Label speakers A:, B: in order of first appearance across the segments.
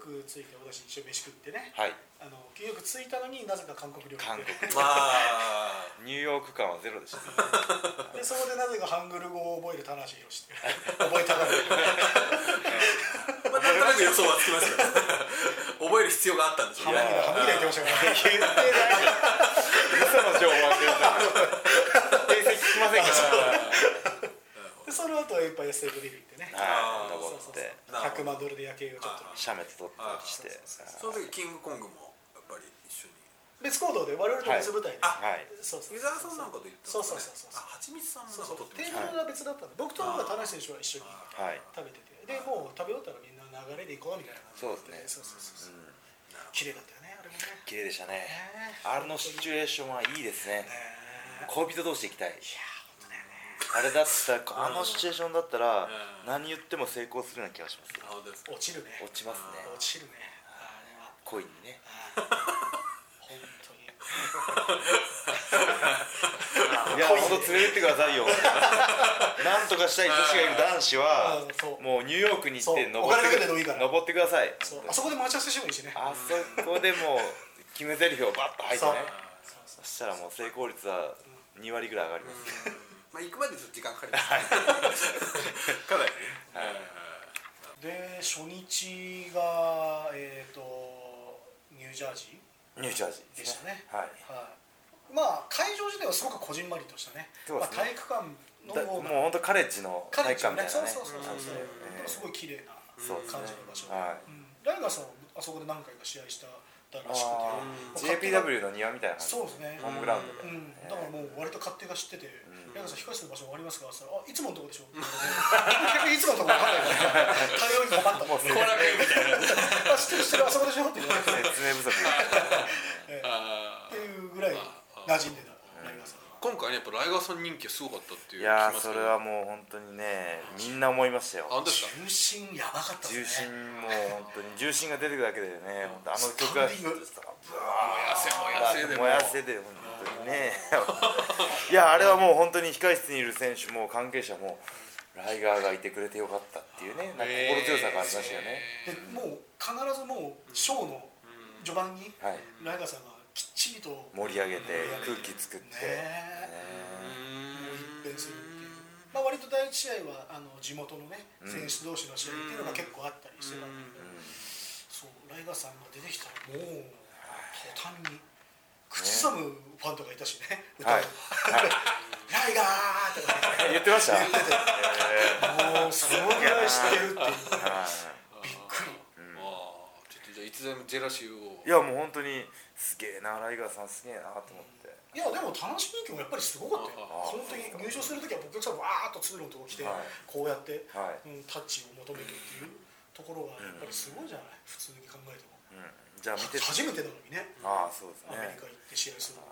A: 国着いて私一緒に飯食ってね
B: はい
A: あのニューヨーク着いたのになぜか韓国料理行
B: 韓
A: って
B: 国
C: まあ
B: ニューヨーク感はゼロでした ね
A: でそこでなぜかハングル語を覚える田無宏っていう覚えたがる
C: まあなんとなく予想はつきますよ 覚える必要があったんでしょ
A: ハ
C: う
A: ムギ
B: い
C: ね
B: や
A: ダハムギダ言ってましたからね言って
B: 嘘の情報は出るんだけど定石聞きませんから
A: ないでその後はやっぱ SF ビル行ってね
B: はい
C: あー
B: 登
A: そう
B: っ
A: そう
B: て
A: そう100万ドルで夜景をちょっと
C: あ
B: シャメと撮ったりして
C: その時キングコングもやっぱり一緒に
A: 別行動で我々と別舞台で、
C: はいあ
B: はい
A: そうそう
C: 湯沢さんなんかと言ってました
A: そう
C: ね
A: そうそうそう
C: あはちみつさんも
A: そ
C: な
A: うんそ
C: か
A: う
C: 撮って
A: テ
C: ま
A: ー
C: した
A: ブ
C: ね
A: ルが別だったんで僕と
C: あー
A: 田無選手は一緒に
C: あー
B: はい
A: 食べててでもう食べ終わったらみんな流れで行こうみたいな感じになって
B: そうです
A: そうそうそうそう
C: なるほど
A: 綺麗だったよねあれもね
B: 綺麗でしたね
A: ねえ
B: あれのシチュエーションはいいですね
A: ねえ
B: 恋人同士で行きたい
A: いやー本当だよね
B: あれだったらあのシチュエーションだったら
C: うん
B: 何言っても成功するような気がします
C: なるほどです
A: 落ちるね
B: 落ちますね
A: 落ちるねあれは
B: 恋にね
A: 本当に
B: いや本当連れてってください よなんとかしたい女子がいる男子は
A: うんそう
B: もうニューヨークに行って
A: そう
B: 登
A: お金
B: って
A: かけてでもいいから
B: 登ってください
A: そうあそこで待ち合わせしてもいいしね
B: あそこでもう決め台詞をバッと入ってね
A: そうそ
B: そ
A: う
B: したらもう成功率は2割ぐらい上がります
C: まあ行くまでちょっと時間かかりますねかなりね
A: で初日がえっ、とニュージャージー
B: ニュージャージー
A: でしたね
B: はい
A: はい、まあ会場自体はすごくこじんまりとしたね
B: そうですね
A: まあ、体育館の
B: だもう本当カレッジの
A: カ
B: 体
A: レッ
B: 育
A: ジの
B: 館みたいな
A: ねそう
B: ね
A: そうそうそう、
B: 感じで
A: でもすごい綺麗な
B: そうですね
A: 感じの場所、
B: は
A: うん、ライガーさんもあそこで何回か試合したら
B: あ
A: しく
B: ー
A: てもう勝手が
B: JPW の庭みたいな感じ
A: そうですね
B: ホームグラウンド
A: う
B: で
A: ん、だからもう割と勝手が知ってて「矢、う、さん控室の場所終わりますか?」って言ったらあいつものとこでしょ」って言われて結局いつものとこ分かんないから対応に困ったもん
C: 後楽園みたいな
A: あ知ってる知ってるあそこでしょ」って言われて
B: 説明不足
A: っ
C: あ
A: て
C: ー
A: いうぐらい馴染んでたライガーさんは
C: 今回ねやっぱライガーさん人気がすごかったってい
B: いうや
C: 聞
B: ー
C: きます
B: そ
C: け
B: れ
C: ど
B: はもう本当にねみんな思いましたよ
C: あ本当ですか
A: 重心やばかった
B: 重
A: です
B: 心
A: ね
B: もう本当に重心が出てくだけでね本当あの曲が
A: スタンディング
C: もやせもやせでも
B: 燃やせで本当にねいやあれはもう本当に控室にいる選手も関係者もライガーがいてくれてよかったっていうねなんか心強さがありましたよね、
A: でもう必ずもうショーの序盤に
B: はい、
A: ライガーさんがきっちりとね
B: 盛り上げて空気作って、ね
A: もう一変するっていう、まあ、割と第一試合はあの地元のね選手同士の試合っていうのが結構あったりしてたんだけど、そうライガーさんが出てきたらもう途端に口ずさむファンとかいたしね歌を、
B: はいはい
A: ライガー!」とかね
B: 言ってました
A: 言っててもうそのぐらい知ってるっていうびっくり
C: あーちょっとじゃあいつでもジェラシーを
B: いやもう本当にすげえなライガーさんすげえなと思って
A: いやでも楽しみ気もやっぱりすごかったよ
C: あ
B: あ
A: 本当に入場する時はお客さんわーっと通路のとこ来て、
B: はい
A: こうやって、
B: は
A: うん、タッチを求めてっていうところがやっぱりすごいじゃない、普通に考えても、
B: うんじゃあ見て
A: 初めてなのにね
B: ああそうです
A: アメリ
B: ね
A: カ行って試合するの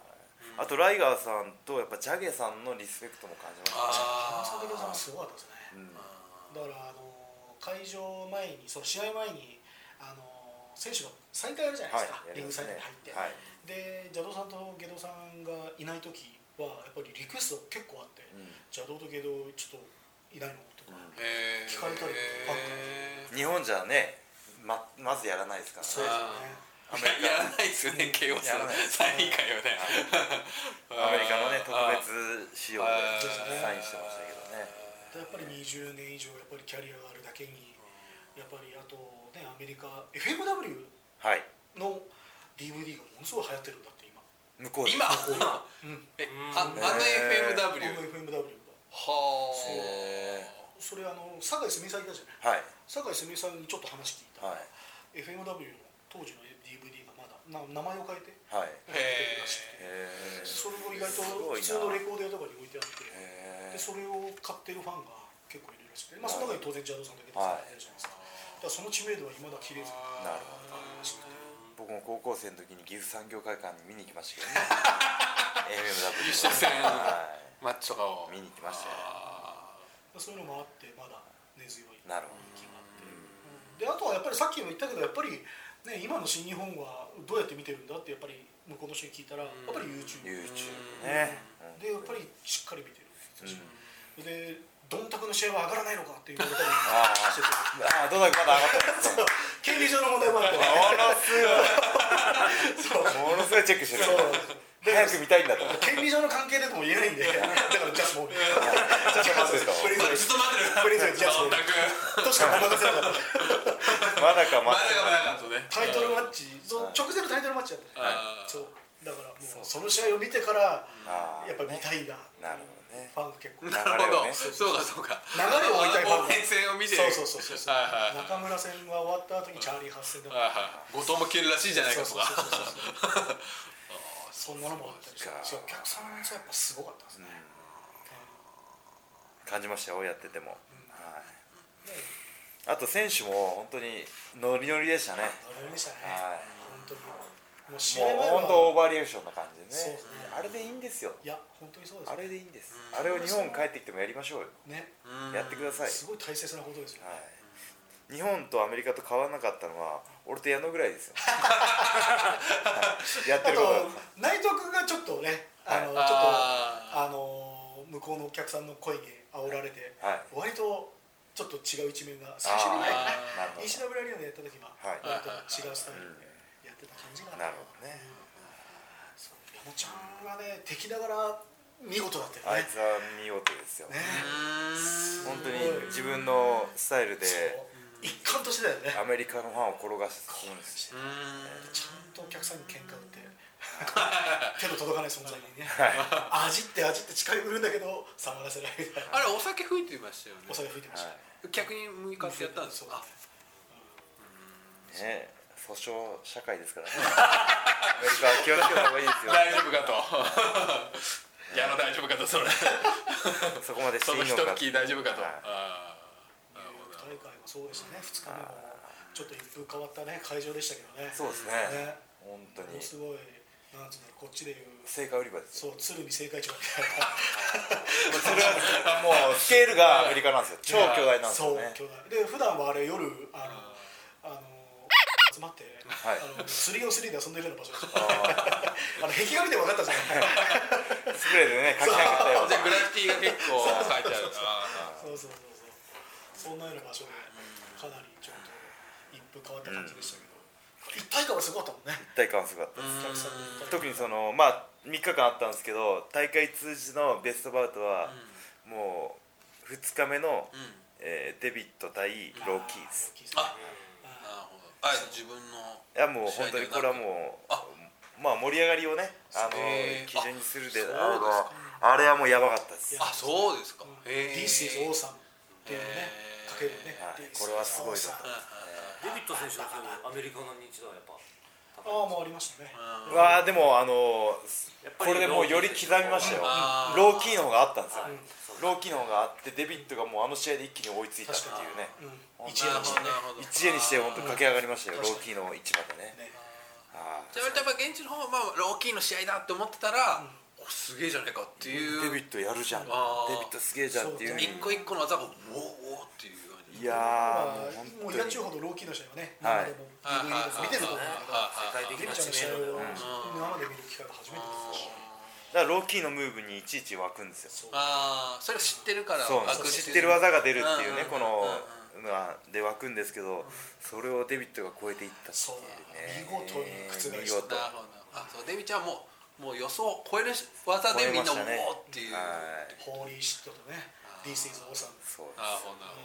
B: あとライガーさんとやっぱジャゲさんのリスペクトも感じました
A: 花
C: あ
A: 澤さんはすごかったですね、だからあの会場前にその試合前にあの選手が再開あるじゃないですか、
B: はいやり
A: リン
B: ま
A: グ
B: す
A: サイ
B: ね
A: ドに入って、
B: はい
A: で邪道さんと下道さんがいない時はやっぱりリクエスト結構あって、邪道と下道ちょっといないのとか、
C: へー
A: 聞かれたりファンから
B: 日本じゃねままずやらないですからね
A: そうですよね
C: あーいややらないですよね KO
B: やらないです
C: サイン会はね
B: アメリカのね特
C: あー
B: 別仕様でサインしてましたけどね
A: やっぱり20年以上やっぱりキャリアがあるだけにやっぱりあとねアメリカ FMW
B: はい
A: の DVD がものすごい流行ってるんだって今
B: 向こうで
C: 今
A: うん
C: えああの FMW
A: この FMW が
C: は
B: そう
A: それあの酒井すみさんいたじゃ
B: は
A: ない
B: い
A: 酒井すみさんにちょっと話聞いた、
B: は
A: FMW の当時の DVD がまだな名前を変え
B: い
A: て
B: はいへ
A: 出てるらしくて
C: ー
A: それも意外と
B: すごいな
A: 普通のレコーデーとかに置いてあって
B: え
A: でそれを買ってるファンが結構いるらしくて、まあ、その中に当然ジャドさんだけです
B: はい
A: いるじゃないですかだからその知名度はいまだ切れず
C: あ
B: なるほ
A: あるらしくて
B: 僕も高校生の時に岐阜産業会館に見に行きましたけどね MMW
C: 優勝戦
B: は
C: マッチとかを
B: い見に行きましたよ
C: あ
A: そういうのもあってまだ根強い
B: なるほ
A: 気があってであとはやっぱりさっきも言ったけどやっぱり、ね、今の新日本はどうやって見てるんだってやっぱり向こうの人に聞いたらやっぱり YouTube
B: ど
A: でや
B: YouTube ね
A: っぱりしっかり見てるって言ってたしでどんたくの試合は上がらないのかっていうことに
B: あーあーどうだかまだ上がってない
A: 権利上の問題もあって
B: でチェックしてる
A: そう
B: 早く見たいんだと思って
A: 権利上の関係でとも言えないんで、だからジャスモーリー。ジャスモーリー。プリズム
C: ずっと待ってる
A: プリズムジャスモーリ
C: 全く
A: ー。としか任せなか
B: まだ
A: っ
B: か
C: ま
B: ま
C: だ
B: だ
C: かまだかとね
A: た。タイトルマッチ、そう直前のタイトルマッチだった。
C: あー
A: そう。だからもうその試合を見てから
B: あー
A: やっぱ見たいな。
B: なるほどね
A: ファンが結構。流
C: なるほ
B: 流れを
C: ど
B: ね
C: そうかそうか
A: れを追いたいファン
C: 応援戦を見て
A: が。そうそうそうそう。
C: はいはい
A: 中村戦が終わった後にチャーリー発戦だから。
C: はいはい後藤も消えるらしいじゃないかとか
A: そうそうそう そんなのもあったりして。
B: そう
A: そうお客さんの熱はやっぱすごかったですね。
B: 感じましたよやってても、はい、あと選手も本当にノリノリでしたね
A: 乗れましたね。
B: はい
A: 本当に。もう試合
B: もう
A: 前
B: 本当オーバーリアクションな感じで
A: そう
B: ね
A: ですね
B: あれでいいんですよ
A: いや本当にそうです
B: あ。れでいいんですあれを日本帰ってきてもやりましょうよ
A: ね。
B: やってください、
A: すごい大切なことですよ、
B: はい、日本とアメリカと変わらなかったのは俺と矢野ぐらいです よやって
A: あ
B: ることは
A: と内藤君がちょっとねあの、
C: はい
A: ちょっと
C: あ
A: あの向こうのお客さんの声に煽られて、
B: はい
A: 割とちょっと違う一面が最初にね
C: あ
B: な
C: ー
B: るほど
A: ECW アリーナでやった時は、
B: はい
A: 割と違うスタイルでやってた感じが
B: なるほどね
A: そう矢野ちゃんがね敵ながら見事だった
B: あ
A: よ
B: い
A: ね
B: つは見事ですよ
A: ね
B: 本当に自分のスタイルで
A: そう一貫としてだよね
B: アメリカのファンを転がしてるんですよ
C: うーん
A: ちゃんとお客さんに喧嘩売って手の届かない存在に ね味って味って近寄るんだけど触らせないみたいな
C: あれお酒吹いてましたよね
A: お酒吹いてました、
B: はい
C: 客に向かってやったんですよあ
B: ね訴訟社会ですからねアメリカは気をつけた方がいいですよ
C: 大丈夫かと矢野大丈夫かとそれ
B: そこまでしてい
C: そ
B: い
C: の
B: の
C: 一
B: か
C: 吹き大丈夫かと
B: はい
C: あーなるほど
A: 大会もそうでしたね2日目もちょっと一風変わったね会場でしたけどね
B: そうですね
A: ね
B: 本当に
A: もうすごいなんつうんだろうこっちで言う
B: 成果売り場ですよ
A: そう鶴見政界長みたいな
B: それはもうスケールがアメリカなんですよ超巨大なんです
A: そう
B: よね
A: 巨大で普段はあれ夜あのあの集まって、
B: はい
A: あの釣りを釣りで遊んでるような場所でした あの壁画見て分かったじゃない
B: スプレーでね書き上げたよう
C: じゃあグラフィティが結構書いてあるあ
A: そうそうそうそうそんなような場所でかなりちょっと一風変わった感じでしたけど、一体感がすごかったもんね
B: 一体感すごかった
A: お客さんの一体感
B: 特にそのまあ3日間あったんですけど大会通じのベストバウトはもう2日目の、
C: ーうん
B: えーデビット対ローキーズ
A: あ
C: あなるほどあ自分の
B: いやもう本当にこれはもう
C: あ
B: まあ盛り上がりをねあの
C: へー
B: 基準にするで
C: あ
B: あればあれ
C: そうです
B: はもうやばかったです
A: いや
C: あそうですかへ
A: This
C: ー
A: is awesome っていうのね
C: へー
A: かけるね
B: はい
A: This
B: これはすごいぞ
A: is awesome あ
D: デビット選手のそのアメリカの認知度はやっぱ
A: あもうありましたね
C: うん
B: わあでもあの
D: やっぱ
B: こ
D: り
B: れでもうより刻みましたよ
C: あー
B: ローキーの方があったんですよ
D: はい
B: ローキーの方があってデビットがもうあの試合で一気に追いついたっていうね
A: う
B: 本
A: ん一
B: 当に
A: 夜にしてね
C: なるほどなるほど
B: 一夜にして本当駆け上がりましたよ
A: あ
B: ロー
A: ー
B: キーの位置までね
A: ね
B: あ
C: じゃあ割とやっぱ現地の方はまあローキーの試合だって思ってたら、おすげえじゃねえかっ
B: ー
C: て
B: デビ
C: いう
B: ットやるじゃんデ
C: あー
B: ビットすげえじゃんっていう
A: そう
C: 一個一個の技がウォーウォーっていう感
B: い
C: じ
B: や
A: ま
B: ーもう本
A: あも
B: 当に
A: う野球ほどローキーの試合はね今
B: はい
A: までも DVD で見てると思うんだけどデビちゃんの試合を今ま
D: 世界的な知名度が
A: で見る機会が初めてです
B: だからローキーのムーブにいちいち湧くんですよ
A: そう
C: ああそれを知ってるから
B: そう
C: あく
B: 知ってる技が出るっていうね
C: うん
B: このまあで湧くんですけどそれをデビットが超えていったっていうね
A: そう見事に覆した
B: 見事
C: なるほどあそうデビちゃんはもうもう予想を超える技でみんなウォーっていう、
B: はい
A: ホーリーシットとね This is awesome
B: そうで
C: なるほどなる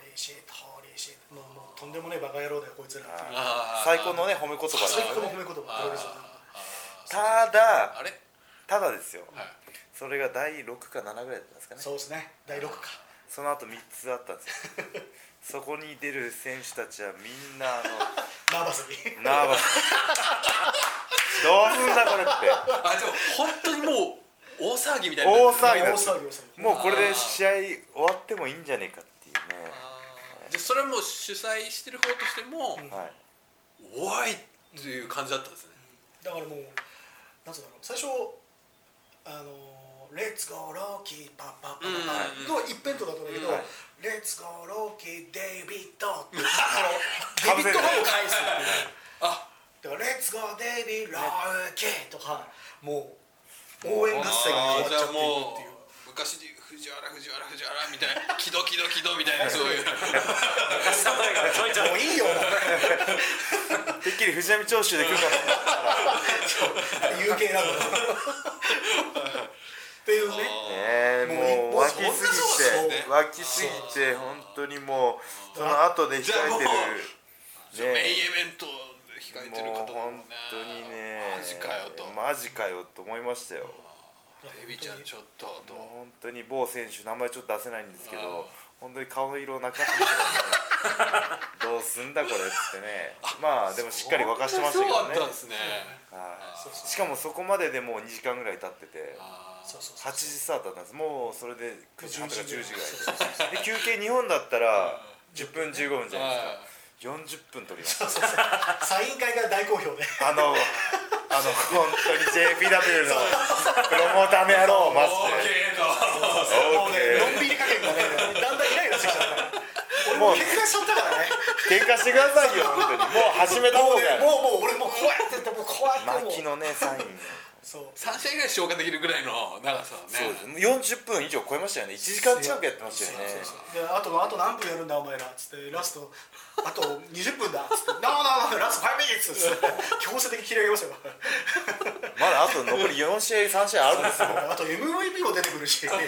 A: ホーリーシットホーリーシットもうもうとんでもねえバカ野郎だよこいつら
B: す
A: っていう
C: あー
B: 最高のね褒め言葉だ
A: 最
B: よ
A: 高
B: ね
A: の褒め言葉プロレスの
B: た
C: ほど
B: だ
C: あれ
B: ただですよ
C: はい
B: それが第6か7ぐらいだったんですかね
A: そうですね第6か
B: その後3つあったんですよ そこに出る選手たちはみんなあ
A: ナーバスに
B: の ナーバスどうすんだこれっ
C: あでも本当にもう大騒ぎみた
B: て
C: いにな
B: 大
C: って
B: 騒ぎだ
A: 大
B: っ
A: 騒ぎ大騒
B: た
A: ぎ
B: もうこれで試合終わってもいいんじゃねえかっていうね
C: あーじゃあそれはもう主催してる方としても、
B: はい
C: おいっていう感じだったんですね、
A: だからもうなんつうんだろう最初あのー「レッツゴーローキーパッパッパッパッ」の一辺倒だったんだけど
B: はい
A: 「レッツゴーローキーデイビッド」って
B: か
A: あの
B: ぶ
A: デ
B: せ
A: ビッ
B: る
A: ドファンを返すっていう
C: あ
A: だから「レッツゴーデイビッドローキー」とかもう応援合戦が
C: あ
A: 終わっち
C: ーじ
A: ゃ
C: ゃ
A: ってい
C: あ
A: る
C: も
A: っていう
C: う昔で言う藤原藤原藤原みたいなキドキドキドみたいなそういう
D: 下前がちょいちょい
A: もういいよ
B: 敵きり藤波長州で来るかと思ったらね
A: 有形なのっていうね
B: え
A: もう
B: もう湧きすぎ
A: そんな
C: そうです
B: て
C: ね
B: 湧きすぎて本当にもうその後で控えて
C: じゃあもう
B: るね
E: メインイベント控えてる
B: もう
E: 方も
B: 本
E: ね
B: 当にね
E: マジかよと
B: マジかよと思いましたよ
E: エビちゃんちょっとと
B: 本当に某選手名前ちょっと出せないんですけど本当に顔色なかったですよ ねどうすんだこれっつってねまあでもしっかり沸かしてまし
E: そ
B: たけ
E: う
B: ど
E: だ
B: ね
E: ったんですね
B: はいしかもそこまででもう2時間ぐらい経ってて
A: そうそうそ
B: 8
A: う
B: 時スタートだったんですもうそれで9時半とか10時ぐらい
A: そうそうそう
B: で休憩日本だったら10分15分じゃないですか40分取りました
A: サイン会が大好評で
B: あのあの本当に JPW のプロモーターの野郎マジ
C: オー
B: で
C: ケーと
A: もうね
B: OK
A: のんびり加減がねだんだんイライラしてきちゃったから俺もう決断しちゃったからね
B: 喧嘩してくださいよ本当にもう始めた方
A: もう
B: が
A: ねもうもう俺もうこうやってってもうこうやっても
B: 巻き
A: う
B: のねサイン
A: そう
E: 3試合ぐらい消化できるぐらいの長さだね
B: そうです40分以上超えましたよね1時間近くやってましたよね
A: そうそうであとあと何分やるんだお前らっつってラストあと20分だっつって「なあなあラスト5ミニッツ」っつって強制的に切り上げましたよ
B: まだあと残り4試合3試合あるん ですよ
A: あと MVP も出てくるしまだ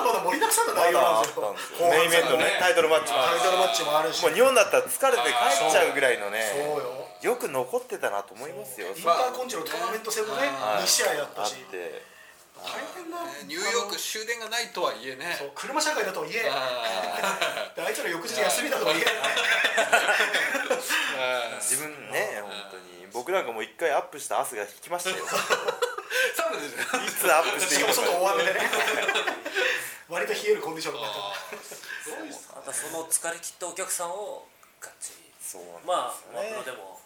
A: まだ盛りだくさんの
B: ま
A: 内容
B: だ
A: な
B: あっ
A: んです
B: たん
A: よ
B: ですよメインイベントねタイトルマッチもあ
A: タ
B: る
A: イトルマッチもあるし
B: もう日本だったら疲れて帰っちゃうぐらいのね
A: そうよ
B: よく残ってたなと思いますよ
A: インターコンチのトーナメント戦もね
B: はい
A: 2試合だったし
B: あって
A: 大変だ
E: ニューヨーク終電がないとはいえね
A: そう車社会だとはいえ
E: あ
A: であいつら翌日休みだとはいえ
E: あ
B: 自分ね本当に僕なんかもう一回アップした汗が引きましたよい
E: そうなんですよ
B: つアップしてい
A: し
B: い
A: か
B: のか
A: も外大雨でね割と冷えるコンディションだったから
D: またその疲れ切ったお客さんをがっちり
B: そうなんです
D: まあ
B: よ
D: マ
B: ね
D: プロでも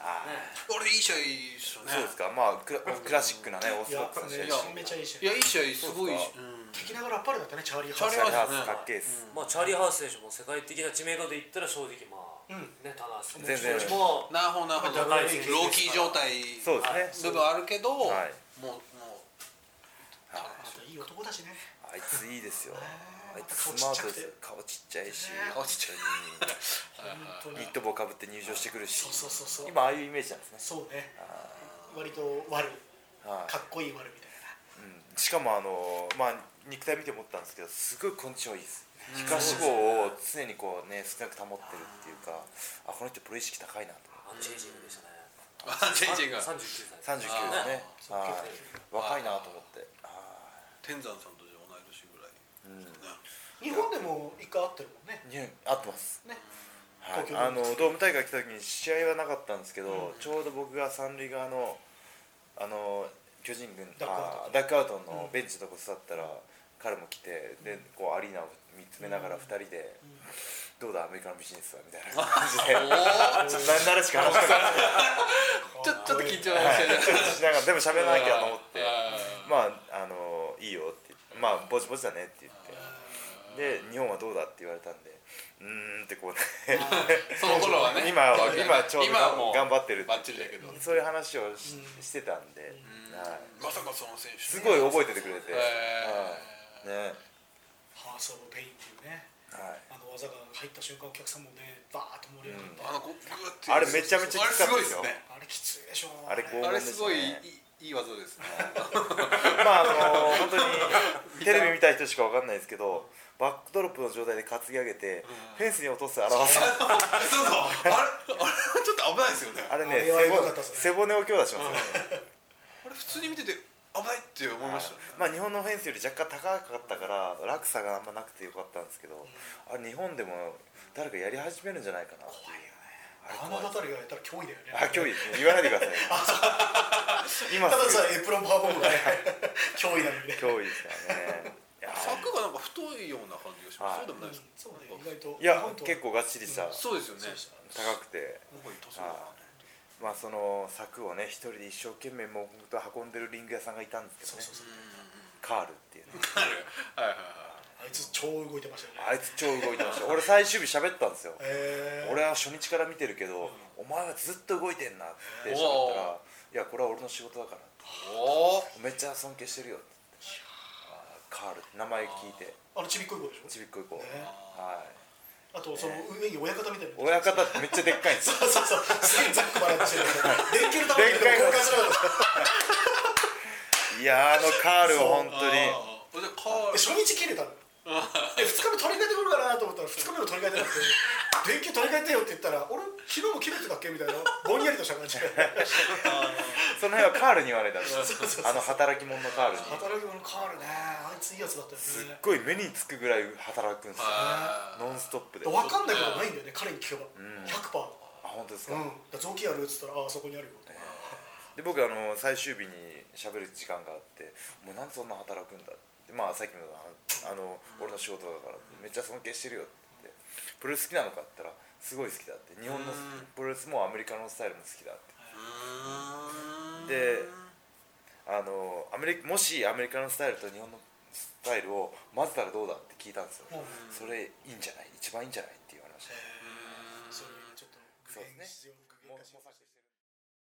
B: あー
E: これいい試合っすよね
B: そうですか、まあクラクラシックなね、オー
A: い
B: ソド
A: や
B: ックスな試合
A: め
B: で
A: ち
B: す
A: ゃめちゃいい試合
E: いやいい試合すごい
B: そうですか
E: うん
A: 敵ながらあっぱれだったねチャーリー・ハ
E: チャ
A: ー
E: ーリ
A: ス
E: ー
B: ね。
E: ハ
B: ハ
E: ウスね
B: ースかっけえっす。
D: まあチャーリー・ハース選手も世界的な知名度で言ったら正直まあ、
A: うん
D: ね棚橋
B: 全然
D: 選手も
E: なるほどなるほどロ
D: 高い
E: ーキー状態
B: そうですね。
E: 部分あるけどもう
B: はい
E: も
A: またいい男だしね
B: あいついいですよ。あいつ
A: 顔
B: ス
A: ち
B: マ
A: っちゃ
B: ート
A: く
B: で
A: て
B: すよ。顔
E: う落ち
B: ちっちゃいし、
E: ちゃう
A: 本当
B: ニ
A: に
B: ット帽かぶって入場してくるし
A: そう、そうそうそう
B: 今ああいうイメージなんですね。
A: そうね割と悪
B: はい
A: かっこいい悪みたいな
B: うんしかもあのまあ肉体見て思ったんですけど、すごいコンディションいいです。皮下脂肪を常にこうね少なく保ってるっていうか、あこの人プロ意識高いなと。
D: アンチエイジングでしたね
E: アンチエイジングが
D: 39歳
B: 三十九ですね。はい若いなと思って。
E: 天山さんとじゃ同い年ぐらいですかね
A: 日本でも一回会ってるもんね
B: ね合ってます。
A: ね
B: はい
A: 東京、
B: あのドーム大会来た時に試合はなかったんですけど、ちょうど僕が三塁側のあの巨人軍
A: ダックア
B: あダックアウトのベンチのとこ座ったら、彼も来てでこうアリーナを見つめながら二人で、どうだアメリカのビジネスはみたいな感 じで、ちょっと何ならしか話してな
E: ちょちょっと緊張してる
B: しながらでも喋らなきゃと思って
E: あ
B: まああのいいよって言ってまあぼちぼちだねって言ってで日本はどうだって言われたんでうーんってこうね。
E: ーその頃はね
B: 今は今ちょうど
E: 今はもう
B: 頑張ってるって
E: バッチリだけど
B: そういう話をし,、してたんで、はい、
E: まさかその選手
B: すごい覚えててくれて、
E: へ
B: はいね
A: ハース・オブ・ペインっていうね
B: はい、
A: あの技が入った瞬間お客さんもねバーッと盛り上がって
E: あのこうグーって
B: あれめちゃめちゃ
E: あれ
B: きつ
E: す
B: かった
E: ごい
B: で
E: です
B: すよ
E: ね
A: あれきついでしょ
B: あれこう
E: あれすごいい
B: ね
E: いいい技ですね
B: まああの本当にテレビ見た人しかわかんないですけどバックドロップの状態で担ぎ上げてフェンスに落とす表す
E: そうそうあれあれはちょっと危ないですよね
B: あれ
A: あ
B: ね
A: れは良かったっすね
B: 背骨背骨を強打しますよね
E: あれ普通に見てて危ないって思いましたね
B: まあ日本のフェンスより若干高かったから落差があんまなくてよかったんですけどあれ日本でも誰かやり始めるんじゃないかなっていう
A: あの辺りがやったら脅威だよね
B: あ、今日言わないでくだ さい。今
A: ただですさ
B: ぐ
A: えエプロンパワーボムがね 脅威なのにね
B: 今日ですからね。いや
E: 柵がなんか太いような感じがしますそうでもないですか
A: そうね意外と
B: いや
A: 日本と
B: 結構がっちりした
E: そうですよね
B: 高くて、
E: ここに塗装が
B: まあその柵をね一人で一生懸命もと運んでるリング屋さんがいたんですけ
A: そ
B: ど
A: う
B: ね
A: そう。そう
B: カールっていうね。
E: はいはい
A: あいつ超動いてましたよね
B: あいつ超動いてました。俺最終日喋ったんですよ。
A: えー
B: 俺は初日から見てるけど、お前はずっと動いてんなって喋ったら、いやこれは俺の仕事だから。
E: おお
B: めっちゃ尊敬してるよって言って。あーカールって名前聞いて
A: あのちびっこい子でしょ
B: ちびっこい子。
A: ね
B: はい。
A: あとその上に親方みたいな
B: 親方ってめっちゃでっかいんです よ
A: そうそうそうすげえざっくばらんとしてるけど電球のため
B: で
A: に
B: っかいの
A: 交換しなかった
B: いやーあのカールは本当に
E: あーじゃあカー
A: で初日切れたので2日目取り替えてくるかなと思ったら2日目も取り替えてなく て電球取り替えてよって言ったら俺昨日も切れてたっけみたいなぼんやりとした 感じで
B: その辺はカールに言われたんで すよあの働き者のカールに
A: 働き者変わるねあいついいやつだったよ
B: すっ
A: ね
B: ごい目につくぐらい働くんですよ
E: はい
B: ノンストップで
A: 分
B: あ
A: かんないことはないんだよね彼に聞けば
B: ん
A: 100%パー
B: 本当ですか、
A: うん、だから雑巾あるっつったら「ああそこにあるよ」とか
B: で僕あの最終日に喋る時間があって「もうなんでそんな働くんだ」ってまあさっきのああの俺の仕事だからめっちゃ尊敬してるよ」って言って「プロレス好きなのか?」って言ったら「すごい好きだ」って「日本のプロレスもアメリカのスタイルも好きだ」ってであのアメリもしアメリカのスタイルと日本のスタイルを混ぜたらどうだって聞いたんですよ
A: うん
B: それいいんじゃない一番いいんじゃないって言われました
A: それちょっと
B: そうですね
A: 自然を具現化しようとしてる